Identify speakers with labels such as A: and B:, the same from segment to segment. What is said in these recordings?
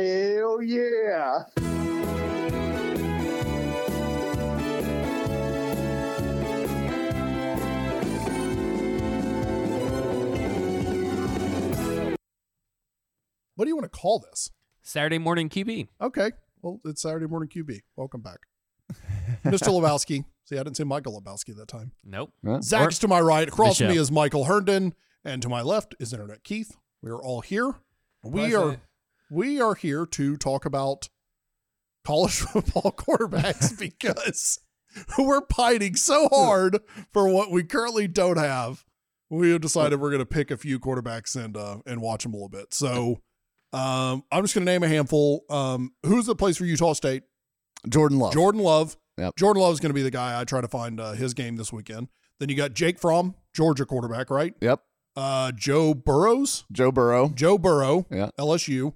A: Hell yeah.
B: What do you want to call this?
C: Saturday morning QB.
B: Okay. Well, it's Saturday morning QB. Welcome back. Mr. Lebowski. See, I didn't say Michael Lebowski that time.
C: Nope.
D: Huh?
B: Zach's to my right. Across from me
C: Michelle.
B: is Michael Herndon. And to my left is Internet Keith. We are all here. We
C: Pleasure.
B: are we are here to talk about college football quarterbacks because we're pining so hard for what we currently don't have. We have decided we're going to pick a few quarterbacks and uh, and watch them a little bit. So um, I'm just going to name a handful. Um, who's the place for Utah State?
D: Jordan Love.
B: Jordan Love.
D: Yep.
B: Jordan Love's going to be the guy I try to find uh, his game this weekend. Then you got Jake Fromm, Georgia quarterback, right?
D: Yep.
B: Uh, Joe Burrows,
D: Joe Burrow.
B: Joe Burrow,
D: Yeah.
B: LSU,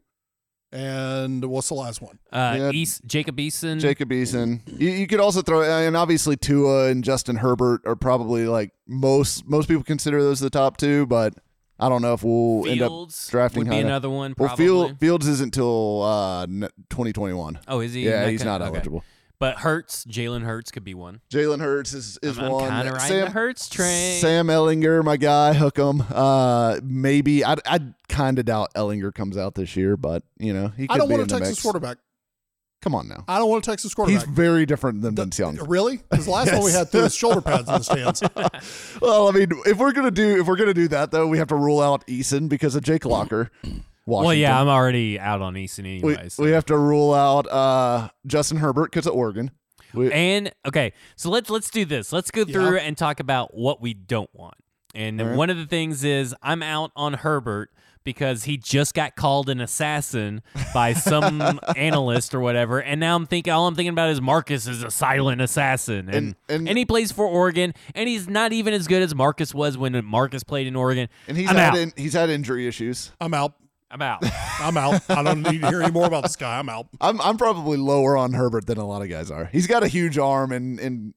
B: and what's the last one?
C: Uh,
D: Yeah.
C: East Jacob Eason.
D: Jacob Eason. You, you could also throw, and obviously Tua and Justin Herbert are probably like most most people consider those the top two, but I don't know if we'll end up
C: Fields
D: drafting
C: would be
D: Hunter.
C: another one.
D: Well,
C: Probably.
D: Field, Fields isn't till uh, n- 2021.
C: oh, is he?
D: yeah,
C: That
D: he's
C: kind-
D: not
C: okay.
D: eligible.
C: But Hurts, Jalen Hurts could be one.
D: Jalen Hurts is, is
C: I'm,
D: one.
C: kind of riding the
D: Sam,
C: Hurts train.
D: Sam Ellinger, my guy, hook him. Uh, maybe I I kind of doubt Ellinger comes out this year, but you know he could
B: I don't
D: be
B: want a
D: in the
B: Texas
D: mix.
B: quarterback.
D: Come on now,
B: I don't want a Texas
D: he's
B: quarterback.
D: very different than
B: The-
D: Vince Young.
B: Really? Because the last one we
D: Yes.
B: had threw his shoulder pads in the stands.
D: Well, I mean, if we're gonna do if we're gonna do that though, we have to rule out Eason because of Jake Locker. Washington.
C: Well, yeah, I'm already out on Eason
D: we,
C: anyways.
D: we have to rule out uh, Justin Herbert because of Oregon. We,
C: and okay, so let's let's do this. Let's go through and talk about what we don't want. And
D: All right.
C: one of the things is I'm out on Herbert because he just got called an assassin by some analyst or whatever. And now I'm thinking all I'm thinking about is Marcus is a silent assassin. And and,
D: And- and-
C: he plays for Oregon and he's not even as good as Marcus was when Marcus played in Oregon.
D: and he's
C: I'm
D: had
C: out.
D: in, he's had injury issues.
B: I'm out.
C: I'm out.
B: I'm out. I don't need to hear any more about this guy. I'm out.
D: I'm I'm probably lower on Herbert than a lot of guys are. He's got a huge arm and and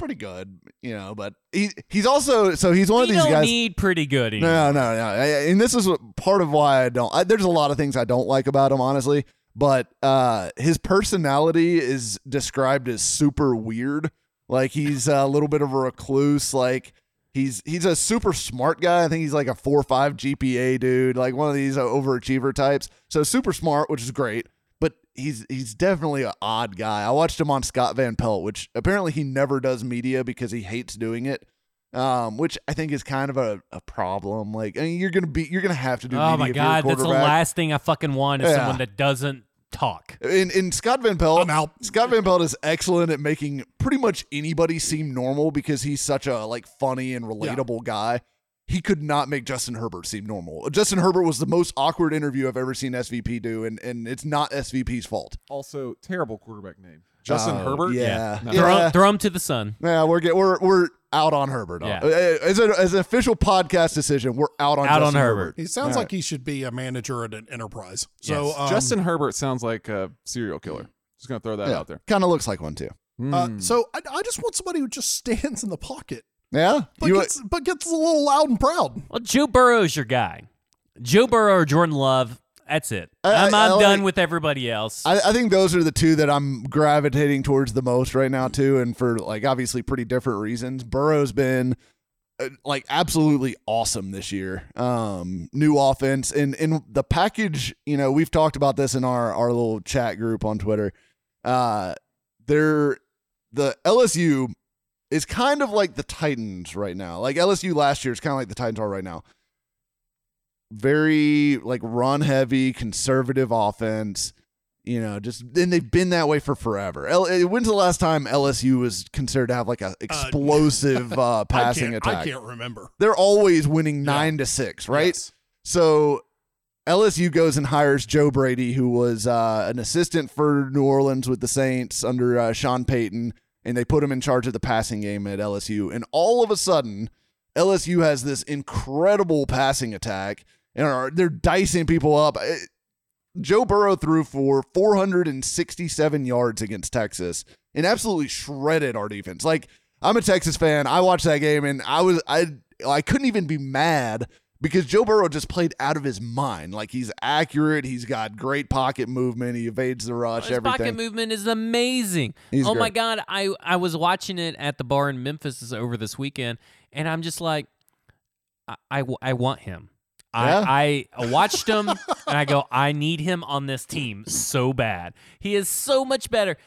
D: pretty good, you know. But he he's also so he's one
C: we
D: of these
C: don't
D: guys.
C: need pretty good. anymore.
D: No, no, no, no. I- I- And this is what, part of why I don't. I, there's a lot of things I don't like about him, honestly. But uh, his personality is described as super weird. Like he's a little bit of a recluse. Like he's he's a super smart guy. I think he's like a four or five GPA dude. Like one of these uh, overachiever types. So super smart, which is great. But he's he's definitely an odd guy. I watched him on Scott Van Pelt, which apparently he never does media because he hates doing it um, which I think is kind of a, a problem. Like I mean, you're gonna be you're gonna have to do.
C: Oh
D: media
C: my
D: if you're a
C: god, that's the
D: quarterback.
C: last thing I fucking want is
D: Yeah.
C: someone that doesn't talk.
D: And, and Scott Van Pelt,
B: I'm out.
D: Scott Van Pelt is excellent at making pretty much anybody seem normal because he's such a like funny and relatable guy. He could not make Justin Herbert seem normal. Justin Herbert was the most awkward interview I've ever seen SVP do, and and it's not SVP's fault.
E: Also, terrible quarterback name. Justin
D: Oh,
E: Herbert.
D: yeah,
E: No.
D: yeah.
C: Throw, throw 'em to the sun.
D: Yeah, we're get, we're we're out on Herbert. Uh,
C: Yeah.
D: As, a, as an official podcast decision, we're out on
C: Out
D: Justin
C: on Herbert.
D: Herbert.
B: He sounds
D: All
B: like he should be a manager at an enterprise. So
C: Yes.
B: um,
E: Justin Herbert sounds like a serial killer. Just gonna throw that out there.
D: Kind of looks like one too.
B: Uh,
E: Hmm.
B: so I, I just want somebody who just stands in the pocket,
D: Yeah,
B: but gets but gets a little loud and proud.
C: Well, Joe Burrow's your guy. Joe Burrow or Jordan Love. That's it.
D: I-
C: I, am
D: I- I
C: I'm
D: like-
C: done with everybody else.
D: I, I think those are the two that I'm gravitating towards the most right now too, and for like obviously pretty different reasons. Burrow's been uh, like absolutely awesome this year. Um, new offense and and the package. You know, we've talked about this in our our little chat group on Twitter. Uh, they're the LSU is kind of like the Titans right now. Like LSU last year is kind of like the Titans are right now. Very like run heavy, conservative offense. You know, just and they've been that way for forever. L- eh, when's the last time LSU was considered to have like a explosive uh, passing
B: Uh, I can't,
D: attack?
B: I can't remember.
D: They're always winning nine to six, right?
B: Yes.
D: So LSU goes and hires Joe Brady, who was uh, an assistant for New Orleans with the Saints under uh, Sean Payton, and they put him in charge of the passing game at LSU. And all of a sudden, LSU has this incredible passing attack, and are they're dicing people up. It- Joe Burrow threw for 467 yards against Texas and absolutely shredded our defense. Like I'm a Texas fan, I watched that game and I was I I couldn't even be mad because Joe Burrow just played out of his mind. Like he's accurate, he's got great pocket movement, he evades the rush,
C: His
D: everything.
C: pocket movement is amazing.
D: He's
C: oh my
D: great.
C: god, I I was watching it at the bar in Memphis this- over this weekend, and I'm just like, I I, w- I want him.
D: Yeah?
C: I, I watched him and I go, I need him on this team so bad. He is so much better.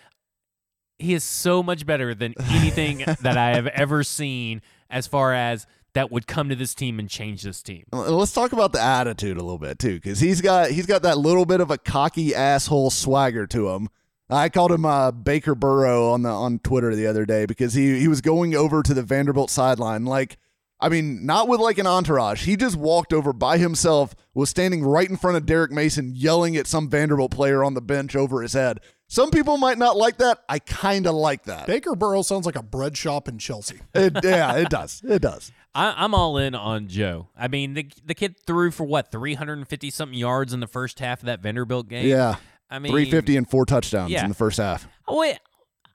C: He is so much better than anything that I have ever seen as far as that would come to this team and change this team.
D: L- Let's talk about the attitude a little bit too, because he's got he's got that little bit of a cocky asshole swagger to him. I called him uh, Baker Burrow on the on Twitter the other day because he he was going over to the Vanderbilt sideline like. I mean, not with like an entourage. He just walked over by himself, was standing right in front of Derek Mason, yelling at some Vanderbilt player on the bench over his head. Some people might not like that. I kind of like that.
B: Baker Burrow sounds like a bread shop in Chelsea.
D: It, yeah, it does. It does.
C: I, I'm all in on Joe. I mean, the the kid threw for what 350 something yards in the first half of that Vanderbilt game.
D: Yeah,
C: I mean,
D: three fifty and four touchdowns
C: Yeah.
D: in the first half.
C: Wait,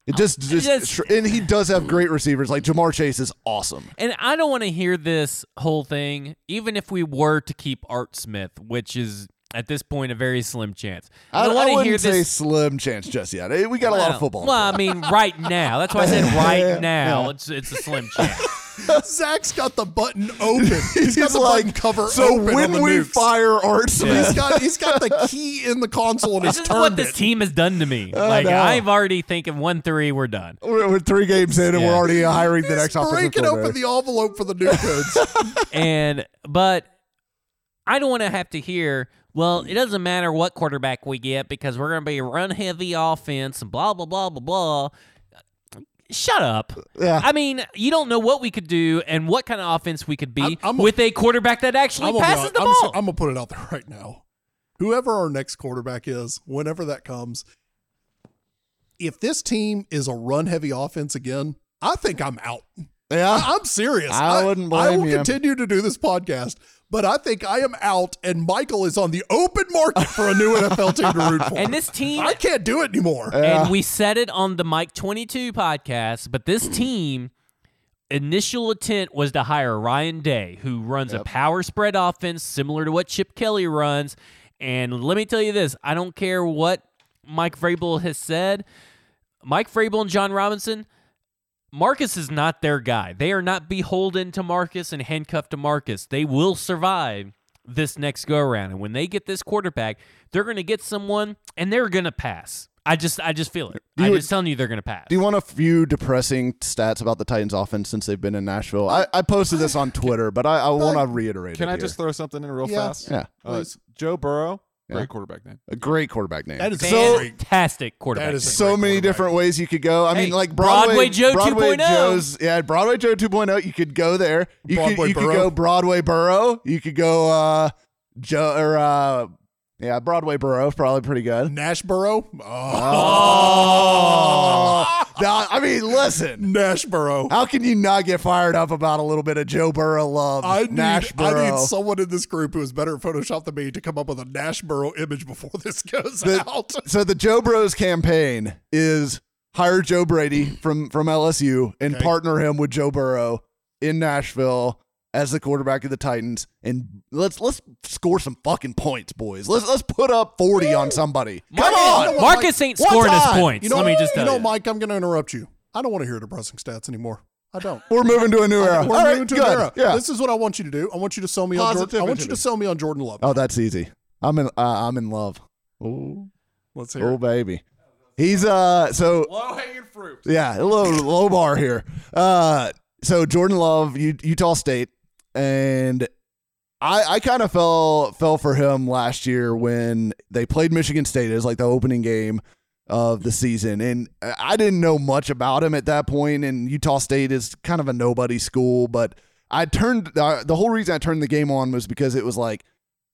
D: It just, just,
C: just-
D: tr- and he does have great receivers. Like Jamar Chase is awesome.
C: and I don't want to hear this whole thing, even if we were to keep Art Smith, which is at this point a very slim chance.
D: I, I,
C: don't want to
D: wouldn't
C: hear
D: say
C: this.
D: slim chance just yet. Eh, We got a lot of
C: Well,
D: football.
C: Well, I mean, right now. That's why I said right now. It's it's a slim chance.
B: Zach's got the button open. He's got the button cover
D: so
B: open. on
D: when
B: the
D: we
B: nukes.
D: fire Art Smith,
B: he's got he's got the key in the console and he's
C: This is what
B: turned
C: this
B: it.
C: team has done to me. like
D: no.
C: I've already thinking one three, we're done.
D: we're, we're three games in and
C: Yeah.
D: we're already hiring the
B: He's
D: next offensive
B: breaking open
D: coordinator.
B: the envelope for the new codes.
C: and but I don't want to have to hear. Well, it doesn't matter what quarterback we get because we're going to be a run heavy offense and blah blah blah blah blah. Shut up.
D: Yeah.
C: I mean, you don't know what we could do and what kind of offense we could be
B: I'm- I'm a-
C: with a quarterback that actually
B: I'm gonna, be
C: passes
B: honest.
C: the
B: I'm,
C: ball.
B: just- I'm gonna put it out there right now. Whoever our next quarterback is, whenever that comes, if this team is a run heavy offense again, I think I'm out.
D: yeah,
B: I- I'm serious.
D: I wouldn't
B: I
D: blame
B: will
D: you.
B: continue to do this podcast, but I think I am out, and Michael is on the open market for a new NFL team to root for.
C: and this team
B: I can't do it anymore.
D: Uh,
C: And we said it on the Mike 22 podcast, but this team initial intent was to hire Ryan Day, who runs a power spread offense similar to what Chip Kelly runs. And let me tell you this, I don't care what Mike Vrabel has said. Mike Vrabel and John Robinson, Marcus is not their guy. They are not beholden to Marcus and handcuffed to Marcus. They will survive this next go around. And when they get this quarterback, they're going to get someone and they're going to pass. I just I just feel it. I'm
D: you-
C: just telling you they're going to pass.
D: Do you want a few depressing stats about the Titans offense since they've been in Nashville? I, I posted this on Twitter, but I, I want to reiterate
E: Can
D: it
E: I
D: here.
E: just throw something in real
B: Yeah.
E: fast?
D: Yeah.
E: Uh,
B: Please.
E: Joe Burrow,
D: Yeah.
E: great quarterback name.
D: a great quarterback name.
B: that is
D: so
B: great.
C: Fantastic quarterback.
B: That is a
D: so
B: great
D: many
B: quarterback.
D: different ways you could go. I
C: Hey,
D: mean, like Broadway,
C: Broadway Joe oh.
D: Broadway
C: 2.0.
D: Joe's- yeah, Broadway Joe 2.0. You could go there. You
B: Broadway
D: could you could
B: Burrow.
D: go Broadway Burrow. You could go uh Joe or uh yeah, Broadway Burrow is probably pretty good.
B: Nashboro. Oh.
D: Oh, Now, I mean, listen.
B: Nashboro.
D: How can you not get fired up about a little bit of Joe Burrow love?
B: I need,
D: Nash
B: I need
D: Burrow.
B: someone in this group who is better at Photoshop than me to come up with a Nashboro image before this goes
D: The-
B: out.
D: so the Joe Bros campaign is hire Joe Brady from from LSU and
B: Mm. Okay.
D: partner him with Joe Burrow in Nashville as the quarterback of the Titans and let's let's score some fucking points, boys. Let's let's put up 40 on somebody. Come
C: Marcus,
D: on.
B: what,
C: Marcus ain't
D: One
C: scoring his
D: time.
C: points.
B: You know,
C: Let me just
B: you
C: tell
B: know,
C: you.
B: Mike, I'm going to interrupt you. I don't want to hear depressing stats anymore. I don't.
D: We're moving to a new era.
B: We're
D: All right,
B: moving to
D: good.
B: an era.
D: Yeah.
B: This is what I want you to do. I want you to sell me on Jordan. I want you
D: Positivity.
B: to sell me on Jordan Love.
D: oh, that's easy. I'm in uh, I'm in love. Oh,
B: Let's hear.
D: oh
B: it.
D: baby. He's uh so
E: Low hanging fruit.
D: Yeah, a little low bar here. Uh, so Jordan Love, U- Utah State, and I I kind of fell fell for him last year when they played Michigan State. It was like the opening game of the season, and I I didn't know much about him at that point. And Utah State is kind of a nobody school, but I turned uh, the whole reason I turned the game on was because it was like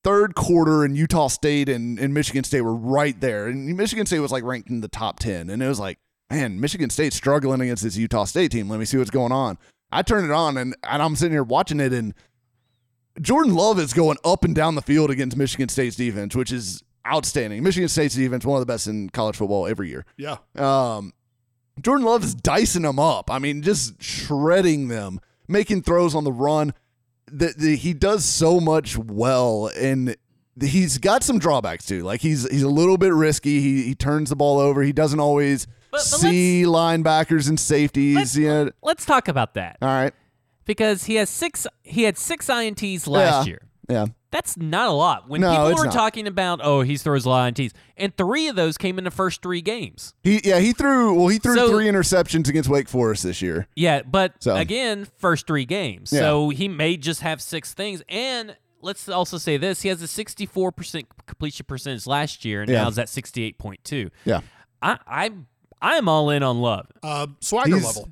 D: third quarter and Utah State and, and Michigan State were right there. And Michigan State was like ranked in the top 10. And it was like, man, Michigan State's struggling against this Utah State team. Let me see what's going on. I turned it on and, and I'm sitting here watching it. And Jordan Love is going up and down the field against Michigan State's defense, which is outstanding. Michigan State's defense, one of the best in college football every year.
B: Yeah.
D: Um, Jordan Love is dicing them up. I mean, just shredding them, making throws on the run. the, the he does so much well and he's got some drawbacks too. Like he's he's a little bit risky. He he turns the ball over. He doesn't always
C: but
D: see linebackers and
C: let's-
D: safeties. You know.
C: Let's talk about that
D: All right.
C: because he has six. He had six ints last
D: Yeah.
C: year.
D: Yeah.
C: That's not a lot. When
D: No,
C: people
D: it's
C: were
D: not.
C: talking about, oh, he throws a lot of ints, and three of those came in the first three games.
D: He yeah, he threw well, he threw
C: So-
D: three interceptions against Wake Forest this year.
C: Yeah, but
D: So-
C: again, first three games.
D: Yeah.
C: So he may just have six things. And let's also say this he has a 64% completion percentage last year, and
D: Yeah.
C: now is at 68.2.
D: Yeah.
C: I, I, I'm all in on love.
B: Uh, swagger
D: He's-
B: level.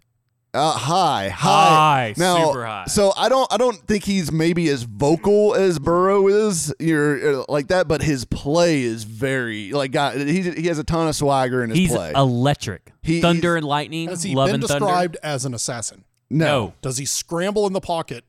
D: Uh, high, high.
C: High,
D: Now,
C: super high.
D: So I don't, I don't think he's maybe as vocal as Burrow is, you're uh, like that, but his play is very like God. He he has a ton of swagger in his
C: he's
D: play.
C: electric.
D: He-
C: thunder and lightning,
B: Has he
C: love
B: been
C: and thunder.
B: described as an assassin?
C: no.
B: Does he scramble in the pocket?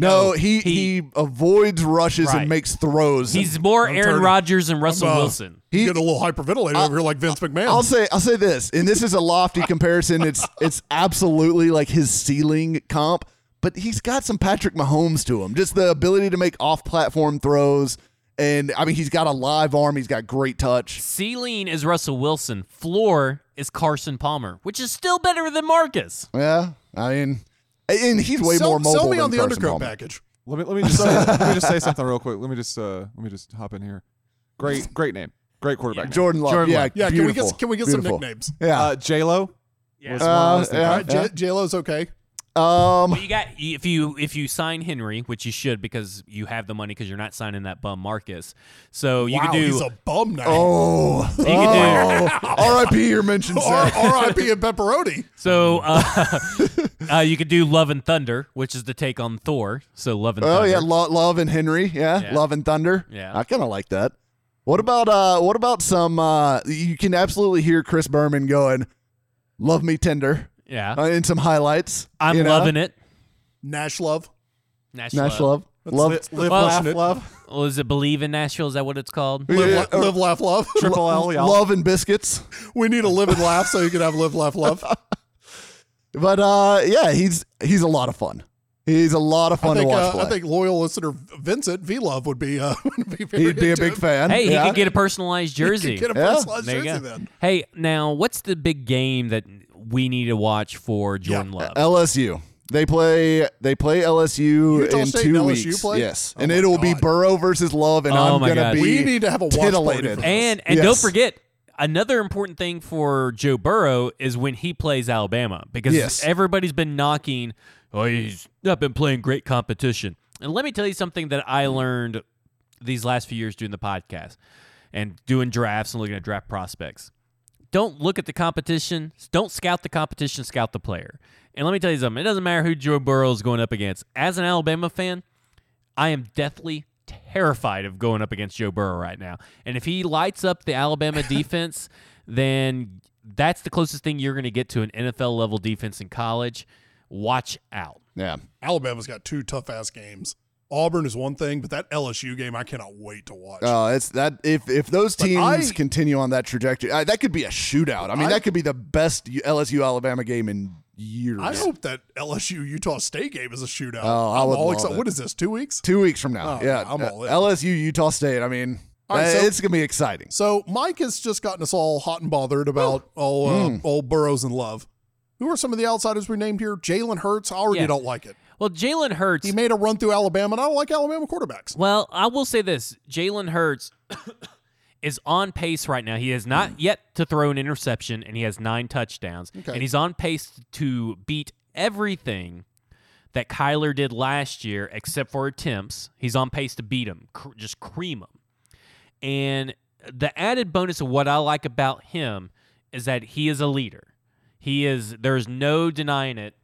D: no, he,
C: he-
D: he avoids rushes
C: Right.
D: and makes throws.
C: He's more
B: I'm
C: Aaron
B: turning-
C: Rodgers and Russell
B: uh,
C: Wilson.
B: You
D: He-
B: get a little hyperventilated over here like Vince McMahon.
D: I'll say I'll say this, and this is a lofty comparison. It's it's absolutely like his ceiling comp, but he's got some Patrick Mahomes to him. Just the ability to make off-platform throws, and I mean he's got a live arm. He's got great touch.
C: Ceiling is Russell Wilson. Floor is Carson Palmer, which is still better than Marcus.
D: Yeah, I mean, and he's way
B: sell,
D: more mobile.
B: sell me
D: than
B: on the
D: Carson
B: undercoat
D: Palmer.
B: package.
E: Let me let me just say, let me just say something real quick. Let me just uh let me just hop in here. Great great name. Great quarterback. name.
D: Jordan Love.
C: Jordan
D: yeah,
C: Love.
B: Yeah,
D: beautiful,
B: can we get can we get
D: beautiful.
B: some nicknames?
D: Yeah.
E: Uh J Lo.
D: Uh,
B: All
D: yeah,
B: right, J- J-Lo's okay.
D: yeah. Um.
C: But you got if you if you sign Henry, which you should because you have the money because you're not signing that bum Marcus. So you
B: wow,
C: could do
B: he's a bum now.
D: Oh.
C: can
D: oh. R.I.P. Your mention.
B: R-
D: sir.
B: R.I.P. and pepperoni.
C: so uh, uh, you could do Love and Thunder, which is the take on Thor. So Love and
D: Oh
C: Thunder.
D: yeah, Lo- Love and Henry. Yeah.
C: Yeah.
D: Love and Thunder.
C: Yeah.
D: I kind of like that. What about uh? What about some? uh You can absolutely hear Chris Berman going, "Love me tender"
C: yeah.
D: uh, in some highlights.
C: I'm
D: you know?
C: loving it.
B: Nash Love.
C: Nash,
D: Nash love.
B: That's
D: Love.
B: li- live,
C: Well,
B: laugh, love.
C: Well, is it Believe in Nashville? Is that what it's called?
B: Live,
D: Yeah.
B: la- live, laugh, love.
E: Triple L, y'all.
D: Love and biscuits.
B: we need a live and laugh so you can have live, laugh, love.
D: But uh, yeah, he's he's a lot of fun. He's a lot of
B: I
D: fun
B: think,
D: to watch
B: uh,
D: play.
B: I think loyal listener Vincent V Love would be uh, would be very
D: He'd be a
B: into
D: big
B: it.
D: fan.
C: Hey,
D: yeah.
C: he could get a personalized jersey.
B: Get a
D: Yeah.
B: personalized
C: There you
B: jersey
C: go.
B: then.
C: Hey, now what's the big game that we need to watch for Jordan Love?
D: LSU. They play. They play LSU
B: Utah
D: in
B: State
D: two
B: and LSU
D: weeks.
B: play?
D: Yes,
B: Oh
D: and
B: my
D: it'll be
B: God.
D: Burrow versus Love, and
C: Oh
D: I'm
C: my
D: gonna
C: God.
D: be.
B: We need to have a watch party.
D: titillated.
B: For this.
C: And and don't
D: Yes.
C: forget another important thing for Joe Burrow is when he plays Alabama because
D: Yes.
C: everybody's been knocking, oh he's not been playing great competition. And let me tell you something that I learned these last few years doing the podcast and doing drafts and looking at draft prospects. Don't look at the competition. Don't scout the competition. Scout the player. And let me tell you something. It doesn't matter who Joe Burrow is going up against. As an Alabama fan, I am deathly terrified of going up against Joe Burrow right now. And if he lights up the Alabama defense, then that's the closest thing you're going to get to an NFL level defense in college. Watch out.
D: yeah.
B: Alabama's got two tough ass games. Auburn is one thing, but that LSU game I cannot wait to watch.
D: Oh, it's that if if those teams
B: I-
D: continue on that trajectory, I, that could be a shootout. I mean,
B: I-
D: that could be the best U- LSU Alabama game in years.
B: I hope that LSU Utah State game is a shootout.
D: Oh, I
B: I'm
D: would
B: all
D: love
B: excited.
D: it.
B: What is this? Two weeks?
D: Two weeks from now,
B: Oh,
D: yeah,
B: I'm all in.
D: LSU Utah State. I mean, uh,
B: All right, so-
D: it's gonna be exciting.
B: So Mike has just gotten us all hot and bothered about
E: Oh.
B: all uh,
E: Hmm.
B: old Burrows and Love. Who are some of the outsiders we named here? Jalen Hurts. I already
C: Yeah.
B: don't like it.
C: Well, Jalen Hurts.
B: He made a run through Alabama, and I don't like Alabama quarterbacks.
C: Well, I will say this: Jalen Hurts is on pace right now. He has not yet to throw an interception, and he has nine touchdowns,
B: Okay.
C: and he's on pace to beat everything that Kyler did last year, except for attempts. He's on pace to beat him, cr- just cream him. And the added bonus of what I like about him is that he is a leader. He is. There's no denying it.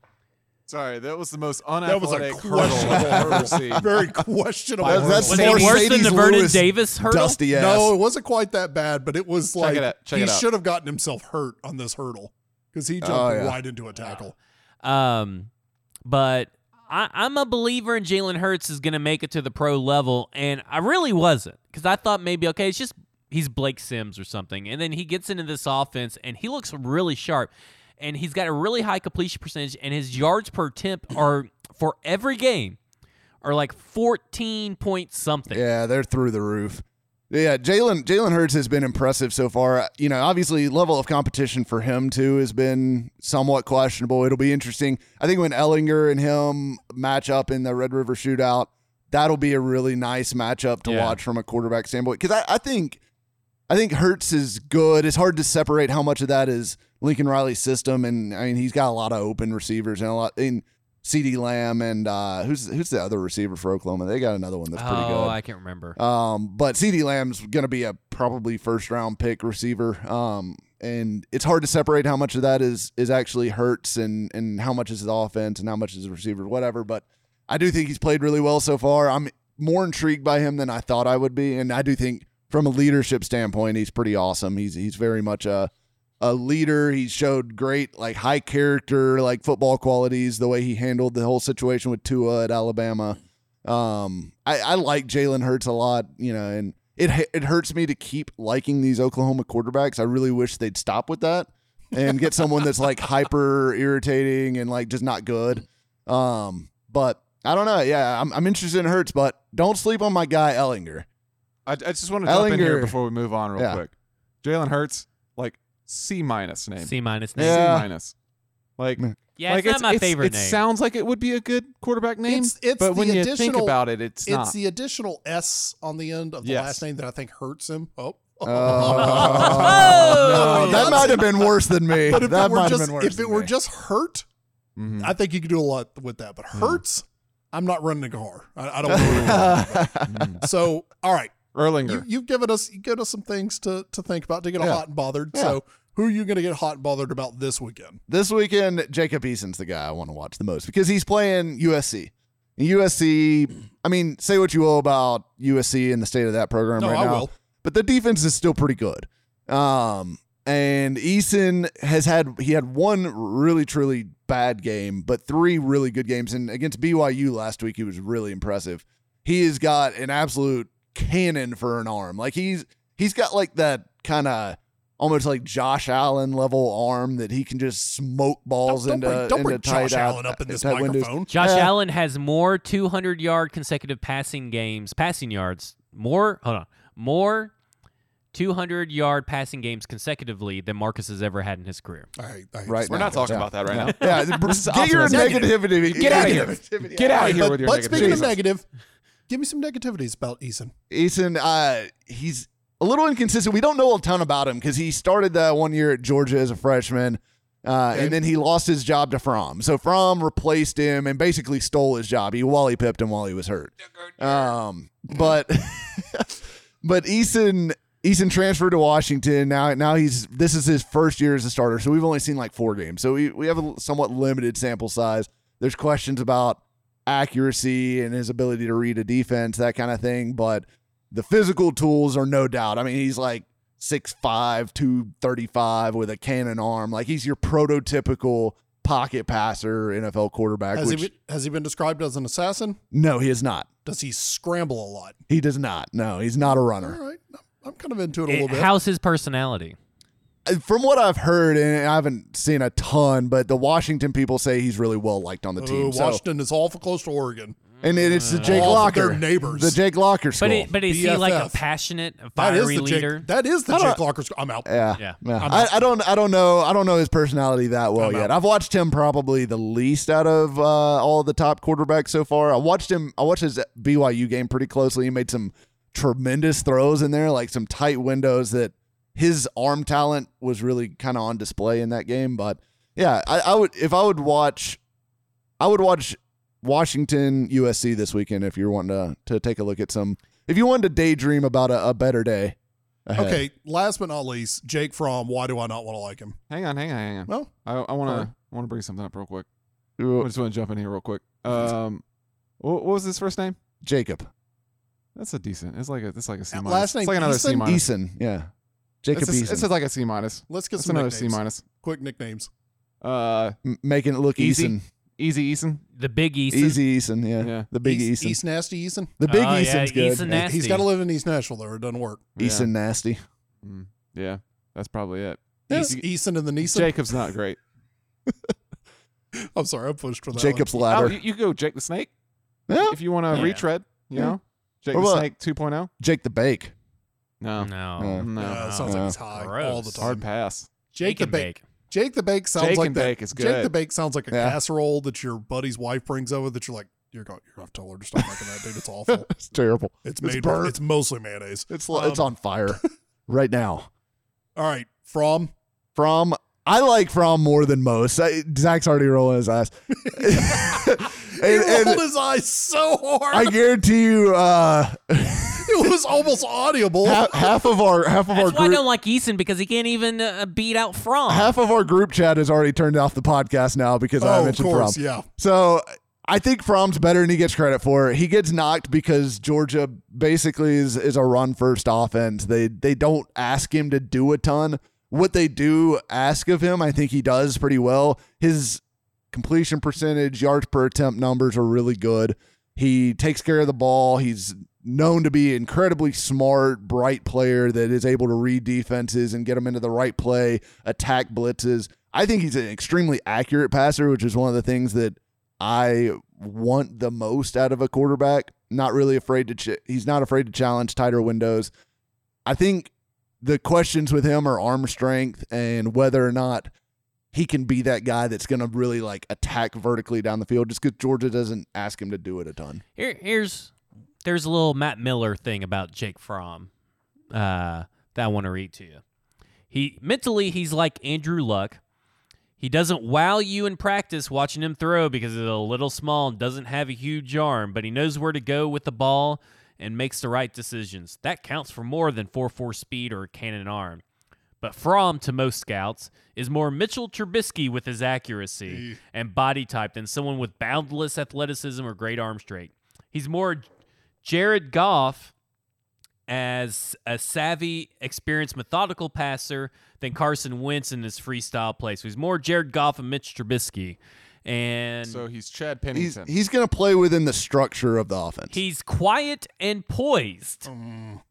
E: Sorry, that was the most
B: That was a
E: unathletic hurdle I've ever
B: questionable,
E: seen.
B: hurdle. very questionable.
E: That- that's
B: hurdle.
C: Was he
D: Mercedes
C: worse than the Vernon
D: Lewis
C: Davis hurdle?
D: Dusty ass.
B: No, it wasn't quite that bad, but it was like
E: it out. Check
B: he
E: it out.
B: should have gotten himself hurt on this hurdle because he jumped
D: Oh, yeah.
B: right into a tackle.
C: Um, but I, I'm a believer in Jalen Hurts is going to make it to the pro level, and I really wasn't because I thought maybe okay, it's just he's Blake Sims or something, and then he gets into this offense and he looks really sharp, and he's got a really high completion percentage, and his yards per attempt are for every game are like 14 point something.
D: Yeah, they're through the roof. Yeah, Jalen Jalen Hurts has been impressive so far. You know, obviously level of competition for him too has been somewhat questionable. It'll be interesting. I think when Ellinger and him match up in the Red River Shootout, that'll be a really nice matchup to
C: Yeah.
D: watch from a quarterback standpoint. Because I, I think I think Hurts is good. It's hard to separate how much of that is Lincoln Riley's system, and I mean he's got a lot of open receivers and a lot in. C.D. Lamb and uh, who's who's the other receiver for Oklahoma? They got another one that's pretty
C: oh,
D: good.
C: I can't remember.
D: Um, but CD Lamb's going to be a probably first round pick receiver. Um, and it's hard to separate how much of that is is actually Hurts and and how much is the offense and how much is the receiver, whatever. But I do think he's played really well so far. I'm more intrigued by him than I thought I would be, and I do think from a leadership standpoint, he's pretty awesome. He's he's very much a a leader. He showed great like high character, like football qualities. The way he handled the whole situation with Tua at Alabama. Um, I, I like Jalen Hurts a lot, you know, and it hu- it hurts me to keep liking these Oklahoma quarterbacks. I really wish they'd stop with that and get someone that's like hyper irritating and like just not good. Um, but I don't know. Yeah, I'm I'm interested in Hurts, but don't sleep on my guy Ellinger.
E: I, I just want to jump in here
D: Ellinger.
E: before we move on real
D: Yeah.
E: quick. Jalen Hurts, like C minus name.
C: C minus name.
E: C
C: Yeah,
D: Yeah.
E: minus. Like,
D: Man.
E: like
C: it's, not my favorite
E: it
C: name.
E: sounds like it would be a good quarterback name,
B: It's- it's
E: but
B: the
E: when you think
B: additional-
E: about it, it's,
B: It's
E: not.
B: the additional S on the end of the
E: Yes.
B: last name that I think hurts him. Oh.
D: Oh, no, that might have been worse than me.
B: But if
D: that
B: it were
D: might
B: just
D: have been worse.
B: if it
D: than
B: were
D: me.
B: just hurt,
E: Mhm.
B: I think you could do a lot with that.
D: Hmm.
B: But hurts, I'm not running a car. I, I don't. Really
E: Mhm.
B: so all right, you,
E: Erlinger.
B: you've given us you given us some things to to think about to get
D: Yeah.
B: hot and bothered.
D: Yeah.
B: So who are you going to get hot and bothered about this weekend?
D: this weekend, Jacob Eason's the guy I want to watch the most because he's playing USC. And USC, I mean, say what you will about USC and the state of that program
B: No,
D: right
B: I
D: now,
B: will.
D: but the defense is still pretty good. Um, and Eason has had he had one really truly bad game, but three really good games. And against BYU last week, he was really impressive. He has got an absolute cannon for an arm. Like he's he's got like that kind of almost like Josh Allen level arm that he can just smoke balls
B: Don't, don't
D: into
B: bring, don't
D: into
B: bring
D: tight
B: Josh
D: out-
B: Allen up in this
D: tight windows.
B: microphone.
C: Josh
D: Yeah.
C: Allen has more 200 yard consecutive passing games, passing yards, more, hold on, more 200 yard passing games consecutively than Marcus has ever had in his career.
B: I hate, I hate
D: Right
B: this.
E: We're
D: now.
E: not talking
D: Yeah.
E: about that right now.
D: Yeah, get your negativity.
E: Get outta here.
D: Negativity
E: Get out of
B: Right,
E: here
B: but
E: with your
B: but speaking of
E: negativities.
B: negative, give me some negativities about Eason.
D: Eason, uh, he's a little inconsistent. We don't know a ton about him because he started that one year at Georgia as a freshman, uh,
B: Okay.
D: and then he lost his job to Fromm. So Fromm replaced him and basically stole his job. He wally pipped him while he was hurt. Um, but but Eason Eason transferred to Washington. Now now he's this is his first year as a starter. So we've only seen like four games. So we we have a somewhat limited sample size. There's questions about accuracy and his ability to read a defense, that kind of thing. But the physical tools are no doubt. I mean, he's like 6'5, 235 with a cannon arm. Like he's your prototypical pocket passer NFL quarterback.
B: Has
D: which,
B: he been, has he been described as an assassin?
D: no, he is not.
B: Does he scramble a lot?
D: He does not. No, he's not a
B: All
D: runner.
B: right, I'm- I'm kind of into it a little
C: It,
B: bit.
C: how's his personality?
D: Uh, From what I've heard, and I haven't seen a ton, but the Washington people say he's really well liked on the
B: Uh,
D: team. so,
B: Washington is awful close to Oregon.
D: and it- it's the Jake
B: All of their
D: Locker
B: neighbors.
D: the Jake Locker school.
C: But it, but is he like a
B: BFF.
C: passionate,
B: That is
C: fiery
B: the
C: leader?
B: Jake. That is the
D: I don't-
B: Jake Locker. sc- I'm out.
D: yeah,
C: Yeah.
B: I'm
D: I, I don't, I don't know, I don't know his personality that well
B: I'm
D: yet.
B: out.
D: I've watched him probably the least out of uh, all the top quarterbacks so far. I watched him, I watched his BYU game pretty closely. He made some tremendous throws in there, like some tight windows that his arm talent was really kind of on display in that game. But yeah, I, I would if I would watch, I would watch Washington USC this weekend if you're wanting to to take a look at some. If you wanted to daydream about a, a better day. ahead.
B: Okay, last but not least, Jake Fromm. Why do I not want to like him?
E: Hang on, hang on, hang on.
B: Well,
E: I, I want
D: Alright.
E: to I want to bring something up real quick. I
D: Ooh,
E: just want to jump in here real quick. Um, wh- what, was his first name?
D: Jacob.
E: That's a decent. It's like a. It's like a C
B: Uh,
E: minus.
B: last
E: It's
B: name
E: like another C
B: Eason?
E: minus.
D: Eason, yeah.
E: It's,
D: Jacob
E: a-
D: Eason.
E: it's a- like a C minus.
B: let's get
E: It's
B: some
E: another
B: nicknames.
E: C minus.
B: Quick nicknames.
E: Uh,
D: M- making it look
E: Easy.
D: Eason.
E: easy Eason.
C: the Big East.
D: Easy Eason, yeah.
E: Yeah.
D: The big
B: East,
D: Eason.
B: East Nasty Eason.
D: The big
C: Oh, yeah,
D: Eason's good.
C: Eason
D: Yeah.
C: Nasty.
B: He's got to live in East Nashville, though. It doesn't work.
D: Eason nasty.
E: Yeah. Mm, yeah, that's probably it.
B: East,
E: Easy-
B: Eason and the Neeson.
E: Jacob's not great.
B: I'm sorry, I pushed for that.
D: Jacob's
E: Oh,
D: ladder.
E: you, you go Jake the Snake.
D: Yeah.
E: If you want to
C: Yeah.
E: retread, you
D: Yeah.
E: know, Jake
D: Or
E: the
D: what?
E: Snake 2.0.
D: Jake the Bake.
C: Mm.
E: No, Oh,
C: No.
E: no,
B: Yeah, it sounds like
D: Yeah.
B: he's high all the
C: Gross.
B: time.
E: hard pass.
B: Jake the
C: Bacon
B: Bake. Jake the Bake sounds
E: Jake
B: like
E: and
B: that-
E: Bake is
B: Jake the
E: good.
B: Bake sounds like a
D: Yeah.
B: casserole that your buddy's wife brings over that you're like, you're going, you're going to tell her to stop making that, dude. It's awful.
D: It's terrible.
B: It's
D: It's
B: made. It's,
D: burnt.
B: it's mostly mayonnaise.
D: It's li- it's on fire right now.
B: All right, from
D: From I like From more than most. I, Zach's already rolling his eyes. and,
B: he
D: and
B: rolled his eyes so hard
D: I guarantee you, uh,
B: it was almost audible.
D: half, half of our half of
C: That's why
D: our
C: I
D: group
C: don't like Eason because he can't even uh, beat out From.
D: half of our group chat has already turned off the podcast now because I
B: oh, of
D: mentioned From.
B: course, yeah.
D: So I think Fromm's better and he gets credit for it. He gets knocked because Georgia basically is, is a run first offense. They they don't ask him to do a ton. What they do ask of him, I think he does pretty well. His completion percentage, yards per attempt numbers are really good. He takes care of the ball. He's known to be an incredibly smart, bright player that is able to read defenses and get them into the right play, attack blitzes. I think he's an extremely accurate passer, which is one of the things that I want the most out of a quarterback. Not really afraid to ch- he's not afraid to challenge tighter windows. I think the questions with him are arm strength and whether or not he can be that guy that's going to really like attack vertically down the field just because Georgia doesn't ask him to do it a ton.
C: Here, here's there's a little Matt Miller thing about Jake Fromm uh, that I want to read to you. He mentally he's like Andrew Luck. He doesn't wow you in practice watching him throw because he's a little small and doesn't have a huge arm, but he knows where to go with the ball and makes the right decisions. That counts for more than 4-4 speed or a cannon arm. But Fromm, to most scouts, is more Mitchell Trubisky with his accuracy and body type than someone with boundless athleticism or great arm strength. He's more Jared Goff as a savvy, experienced, methodical passer than Carson Wentz in his freestyle play. So he's more Jared Goff and Mitch Trubisky. And
E: So he's Chad
D: He's
E: Pennington.
D: he's going to play within the structure of the offense.
C: he's quiet and poised.
B: Mm.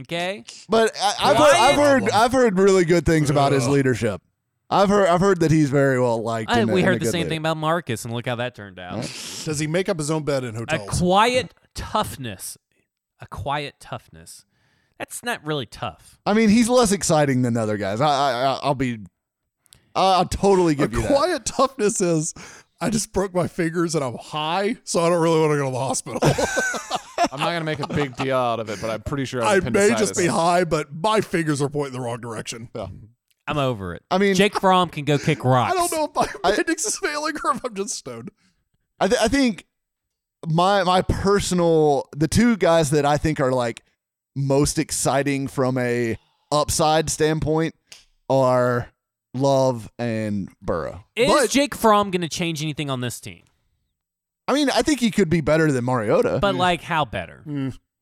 C: Okay?
D: But I, I've, heard, I've heard I've heard really good things about his leadership. I've heard I've heard that he's very well liked.
C: I-
D: and a-
C: we
D: and a
C: heard the
D: good
C: same
D: leader.
C: thing about Marcus, and look how that turned out.
B: Does he make up his own bed in
C: a
B: hotels?
C: quiet toughness a quiet toughness that's not really tough
D: I mean, he's less exciting than other guys. I, I I- I'll be I- I'll totally
B: A
D: give you that.
B: quiet toughness is I just broke my fingers and I'm high, so I don't really want to go to the hospital.
E: I'm not gonna make a big deal out of it, but I'm pretty sure
B: I
E: I've
B: may just be high, but my fingers are pointing the wrong direction.
C: i'm over it
D: I mean,
C: jake fromm can go kick rocks
B: I don't know if my
D: I-
B: appendix is failing or if I'm just stoned.
D: I, th- I think my my personal the two guys that I think are like most exciting from a upside standpoint are Love and Burrow.
C: is
B: but-
C: jake fromm going to change anything on this team
D: I mean, I think he could be better than Mariota.
C: but like how better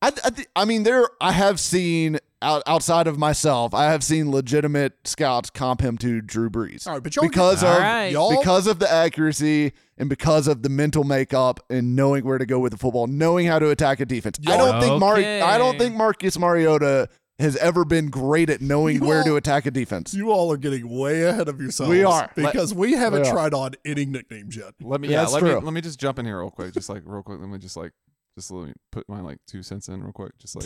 D: I, th- I, th- I mean, there. I have seen out, outside of myself. I have seen legitimate scouts comp him to Drew Brees
B: All right, but y'all
D: because
C: All
D: of
C: right.
B: y'all
D: because of the accuracy and because of the mental makeup and knowing where to go with the football, knowing how to attack a defense. I don't think Mar- I don't
C: Okay.
D: think Marcus Mariota has ever been great at knowing
B: You
D: where to
B: all-
D: attack a defense.
B: you all are getting way ahead of yourselves.
D: We are.
B: because we haven't
D: we are.
B: tried on any nicknames yet.
E: Let me.
D: Yeah,
E: Yeah.
D: that's
E: Let me.
D: true.
E: Let me just jump in here real quick. Just like real quick. Let me just like just let me put my like two cents in real quick. Just like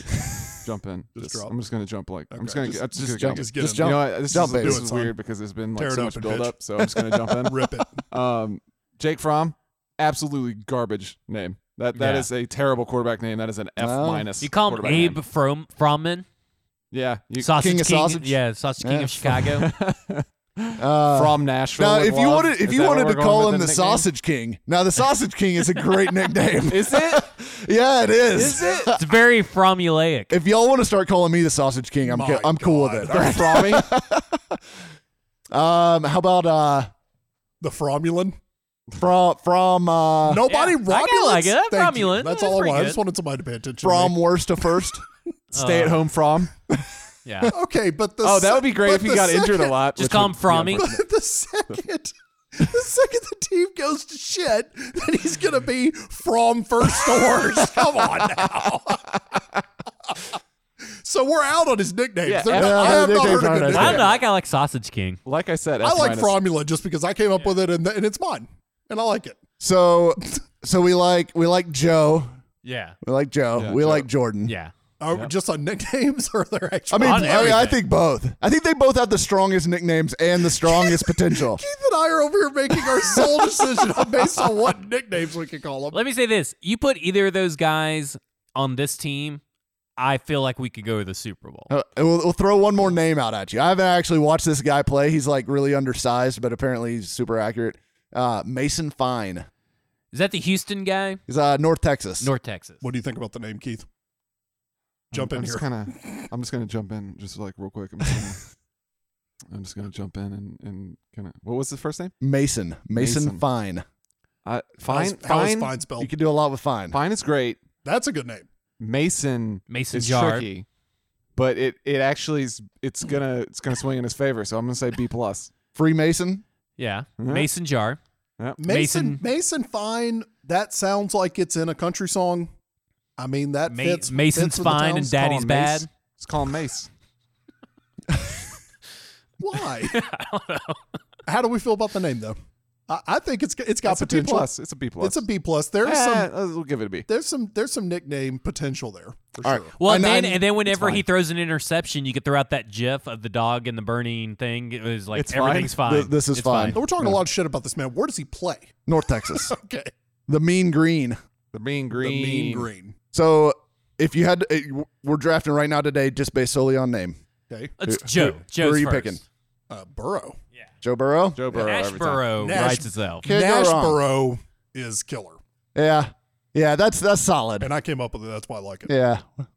E: jump in.
B: Just
E: Just
B: drop.
E: I'm just gonna jump like I'm
B: Okay,
E: just gonna
B: just-
E: I'm just,
D: just
E: gonna
D: jump.
E: get-
B: Just get
D: Just
B: in.
D: jump.
E: You know, what, this
D: Jump
E: is,
D: in.
E: this
B: Do it,
E: is
B: son.
E: weird because there's been
B: Tear it
E: like so
B: up
E: much
B: and
E: build
B: bitch.
E: up. So I'm just gonna jump in.
B: Rip it.
E: Um, Jake Fromm, absolutely garbage name. That that
C: Yeah.
E: is a terrible quarterback name. That is an F
D: Well,
E: minus.
C: you call him
E: quarterback
C: abe
E: name.
C: Fromm frommman
E: Yeah, you,
C: sausage
D: King of Sausage?
C: yeah sausage king
D: Yeah.
C: of chicago
D: Uh,
E: from Nashville.
D: now, if
E: with
D: you
E: love.
D: wanted if
E: Is
D: you
E: that where
D: wanted
E: we're
D: to
E: going
D: call
E: with
D: him the
E: nickname?
D: Sausage King, now the Sausage King is a great nickname.
E: is it?
D: yeah, it is.
E: Is it?
C: it's very formulaic
D: If y'all want to start calling me the Sausage King, I'm
B: My
D: co- I'm cool with
B: God.
D: it.
B: All right,
E: Frommy?
D: Um, how about uh
B: The Fromulan.
D: from from uh
B: Nobody
C: Yeah, I
B: Romulans.
C: kinda like it.
B: Thank you.
C: Romulan.
B: That's
C: That's
B: all I
C: pretty
B: want. I
C: good.
B: just wanted somebody to pay attention. to
D: from
B: me.
D: worst to first?
E: Stay
C: Uh.
E: at home Fromm.
C: yeah
B: Okay, but the
E: Oh, that
B: se-
E: would be great
B: but
E: if he
B: the
E: got
B: second-
E: injured a lot.
C: Just
E: which
C: call
E: would
C: him
E: be
C: Frommy.
E: unfortunate.
B: But the second, the second the team goes to shit, then he's gonna be from first to worst. Come on now. so we're out on his nicknames.
E: Yeah,
B: They're
E: yeah,
B: not- I
D: their
B: have not
D: nicknames
B: heard a
D: aren't
B: good
D: as
C: i don't
B: nickname.
C: know i got like sausage king
E: Like I said,
B: I
E: F
B: like
E: minus.
B: Fromula just because I came up with it and, and it's mine, and I like it.
D: So so we like we like Joe.
C: Yeah.
D: We like Joe.
E: Yeah,
D: we
E: Joe.
D: like Jordan.
C: Yeah.
B: Are
E: Yep.
B: just on nicknames or their
D: I
B: actual?
D: mean,
C: On
D: I, mean, I
C: everything.
D: think both. I think they both have the strongest nicknames and the strongest potential.
B: Keith and I are over here making our sole decision on- based on what nicknames we can call them.
C: Let me say this: you put either of those guys on this team, I feel like we could go to the Super Bowl.
D: Uh, we'll, we'll throw one more name out at you. I haven't actually watched this guy play. He's like really undersized, but apparently he's super accurate. Uh, Mason Fine.
C: Is that the Houston guy?
D: He's uh, North Texas.
C: North Texas.
B: What do you think about the name Keith? Jump in
E: I'm, I'm
B: here.
E: Just kinda, I'm just gonna jump in, just like real quick. I'm just gonna, I'm just gonna jump in and and kind of. What was the first name?
D: Mason. Mason.
E: Mason.
D: Fine.
B: How's-
E: Uh, fine,
B: How is
E: fine,
B: fine
D: You
B: spelled?
D: could do a lot with Fine.
E: fine is great.
B: That's a good name.
E: Mason
C: Mason
E: is
C: Jar.
E: tricky, but it it actually is. It's gonna it's gonna swing in his favor. So I'm gonna say B plus.
D: Freemason.
C: Yeah.
E: Mhm.
C: Mason Jar.
B: Mason Mason Fine. That sounds like it's in a country song. I mean that
C: Ma-
B: fits. fits
C: Mason's
B: with the
C: fine and
B: town's-
E: Call
C: Daddy's
E: him
C: bad.
E: Mace. Let's call him Mace.
B: Why? How do we feel about the name though? I, I think it's it's got
E: It's a B
B: potential.
E: plus. It's a B plus.
B: It's a B plus. There's
E: Eh,
B: some
E: we'll give it a B.
B: there's some there's some nickname potential there for
D: All
B: sure.
D: right.
C: Well, and
D: And
C: then
D: I'm-
C: and then whenever he throws an interception, you could throw out that GIF of the dog and the burning thing. It was like
E: It's fine.
C: everything's fine.
D: Th- this is
C: It's
D: fine.
B: But we're talking a lot of shit about this man. Where does he play?
D: North Texas.
B: Okay.
D: the Mean Green.
E: The mean green.
B: The mean green.
D: So if you had, to, it- we're drafting right now today just based solely on name.
B: Okay.
C: It's
D: Who-
C: Joe.
D: who
C: Joe's
D: are you
C: first.
D: picking?
B: Uh, Burrow.
D: Joe Burrow.
E: Joe Burrow. every time.
C: Ashboro
B: Nash-
C: writes itself.
D: Can't go
B: Nash
D: wrong.
B: Burrow is killer.
D: Yeah, yeah. That's that's solid.
B: And I came up with it. That's why I like it.
D: Yeah. And,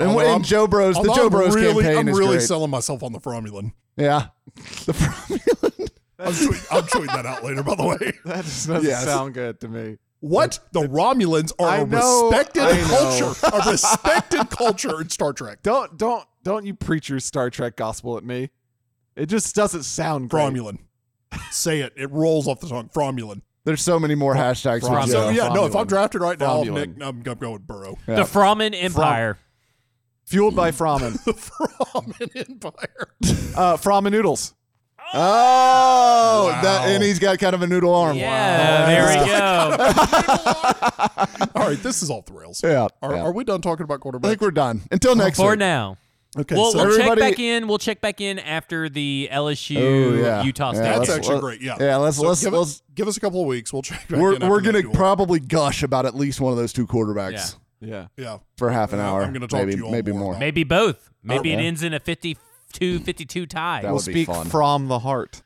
B: Although
D: and
B: I'm-
D: Joe Bros, the
B: Although
D: Joe
B: I'm
D: Bros
B: really,
D: campaign
B: I'm
D: is
B: really
D: great.
B: selling myself on the Fromulan.
D: yeah, the Fromulan.
B: I'm, tweet, I'm tweeting that out later, by the way.
E: That just doesn't
D: Yes.
E: sound good to me.
B: What? The Romulans are
E: I
B: a
E: know,
B: respected
E: I know.
B: culture. A respected culture in Star Trek.
E: Don't don't don't you preach your Star Trek gospel at me. It just doesn't sound great.
B: Fromulan. Say it. It rolls off the tongue. Fromulan.
D: There's so many more hashtags.
E: From-
D: for
B: So
D: Joe.
E: Yeah,
B: yeah, no. If I'm
E: Fromulan.
B: drafted right now, I'm,
E: Fromulan.
B: Nick, I'm, I'm going Burrow.
D: Yeah.
C: The Fromin Empire.
E: Fueled by Fromin.
B: The Fromin Empire.
E: uh Fromin noodles.
D: Oh,
B: Wow.
D: that and he's got kind of a noodle arm.
C: yeah, there we go.
B: All right, this is off the rails.
D: Yeah.
B: Are,
D: yeah.
B: are we done talking about quarterbacks?
D: I think we're done until next
C: Oh, For
D: week.
C: now.
B: okay,
C: we'll
B: so
C: we'll
D: everybody-
C: check back in. We'll check back in after the LSU
D: Oh, yeah.
C: Utah
D: Yeah,
C: State.
B: that's
C: game.
D: let's-
B: actually
D: let-
B: great. Yeah.
D: Yeah, let's
B: So
D: let's
B: give, it-
D: let's.
B: give us a couple of weeks. We'll check back
D: We're
B: in after
D: we're
B: that
D: gonna
B: duel.
D: probably gush about at least one of those two quarterbacks
C: Yeah.
E: Yeah.
B: yeah.
D: for half an
B: Yeah,
D: hour.
B: I'm gonna talk to
D: maybe
B: you all
D: maybe
B: more
D: more.
B: about
C: Maybe both. Maybe it
D: Okay.
C: ends in a 52-52 tie.
D: That
E: We'll
D: would be
E: speak
D: fun.
E: from the heart.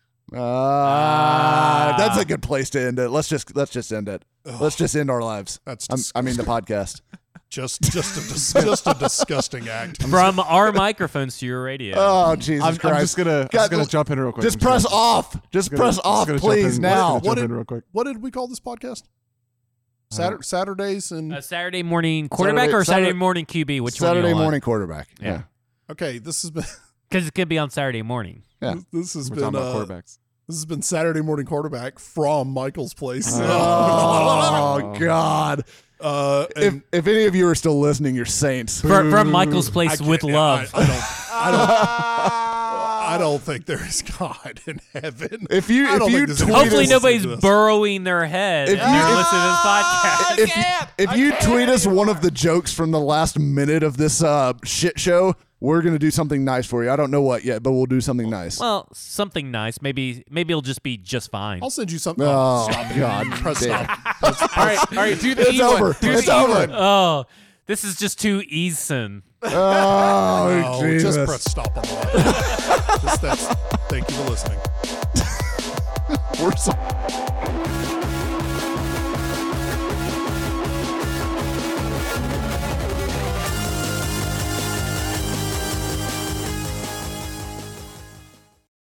C: Ah.
D: Ah, that's a good place to end it. Let's just let's just end it.
B: Ugh.
D: Let's just end our lives.
B: That's
D: I'm, I mean the podcast.
B: Just just a dis- just a disgusting act.
C: From our microphones to your radio.
D: Oh Jesus
E: I'm,
D: Christ!
E: I'm just gonna I'm
D: God,
E: just gonna jump in real quick.
D: Just
E: I'm
D: press
E: gonna-
D: off. Just
E: gonna-
D: press
E: just
D: off,
E: gonna jump
D: please
E: in.
D: now.
E: Jump
B: What
E: in
B: did-
E: real quick.
B: What did we call this podcast?
D: Uh,
B: Satur- Saturdays and
C: a Saturday morning quarterback
D: Saturday-
C: or Saturday,
D: Saturday-
C: morning QB? Which one do
D: Saturday
C: you
D: morning quarterback. Yeah.
C: Yeah.
B: okay. This has been
C: Because it could be on Saturday morning.
D: Yeah.
B: this has
E: We're
B: been
E: talking
B: uh,
E: about quarterbacks.
B: this has been Saturday morning quarterback from Michael's place.
D: Oh
E: Oh.
D: God!
B: uh,
D: If
B: and
D: if any of you are still listening, you're saints.
C: From, from Michael's
B: I
C: Place
B: can't-
C: with Love.
B: I, I don't. I don't. I don't think there is God in heaven.
D: If you
B: I
D: if
B: don't
D: you
B: think this is
D: tweet
B: what it
C: Hopefully
D: us,
B: is.
C: nobody's
B: Listen to this.
C: burrowing their head
D: If
C: if
D: you-
C: you're listening to this podcast.
D: if, if you tweet us one of the jokes from the last minute of this uh, shit show, we're gonna do something nice for you. I don't know what yet, but we'll do something nice.
C: Well, something nice. Maybe maybe it'll just be just fine.
B: I'll send you something.
D: Oh,
B: stop it.
D: God
B: Press
D: damn.
B: stop.
E: all right, all right, do the
D: It's
E: E one.
D: over.
E: Do the
D: It's
E: E
D: over.
E: one.
C: Oh, this is just too easy.
D: Oh,
B: Oh,
D: Jesus.
B: just press stop on the button. Just that's- Thank you for listening.
D: We're so-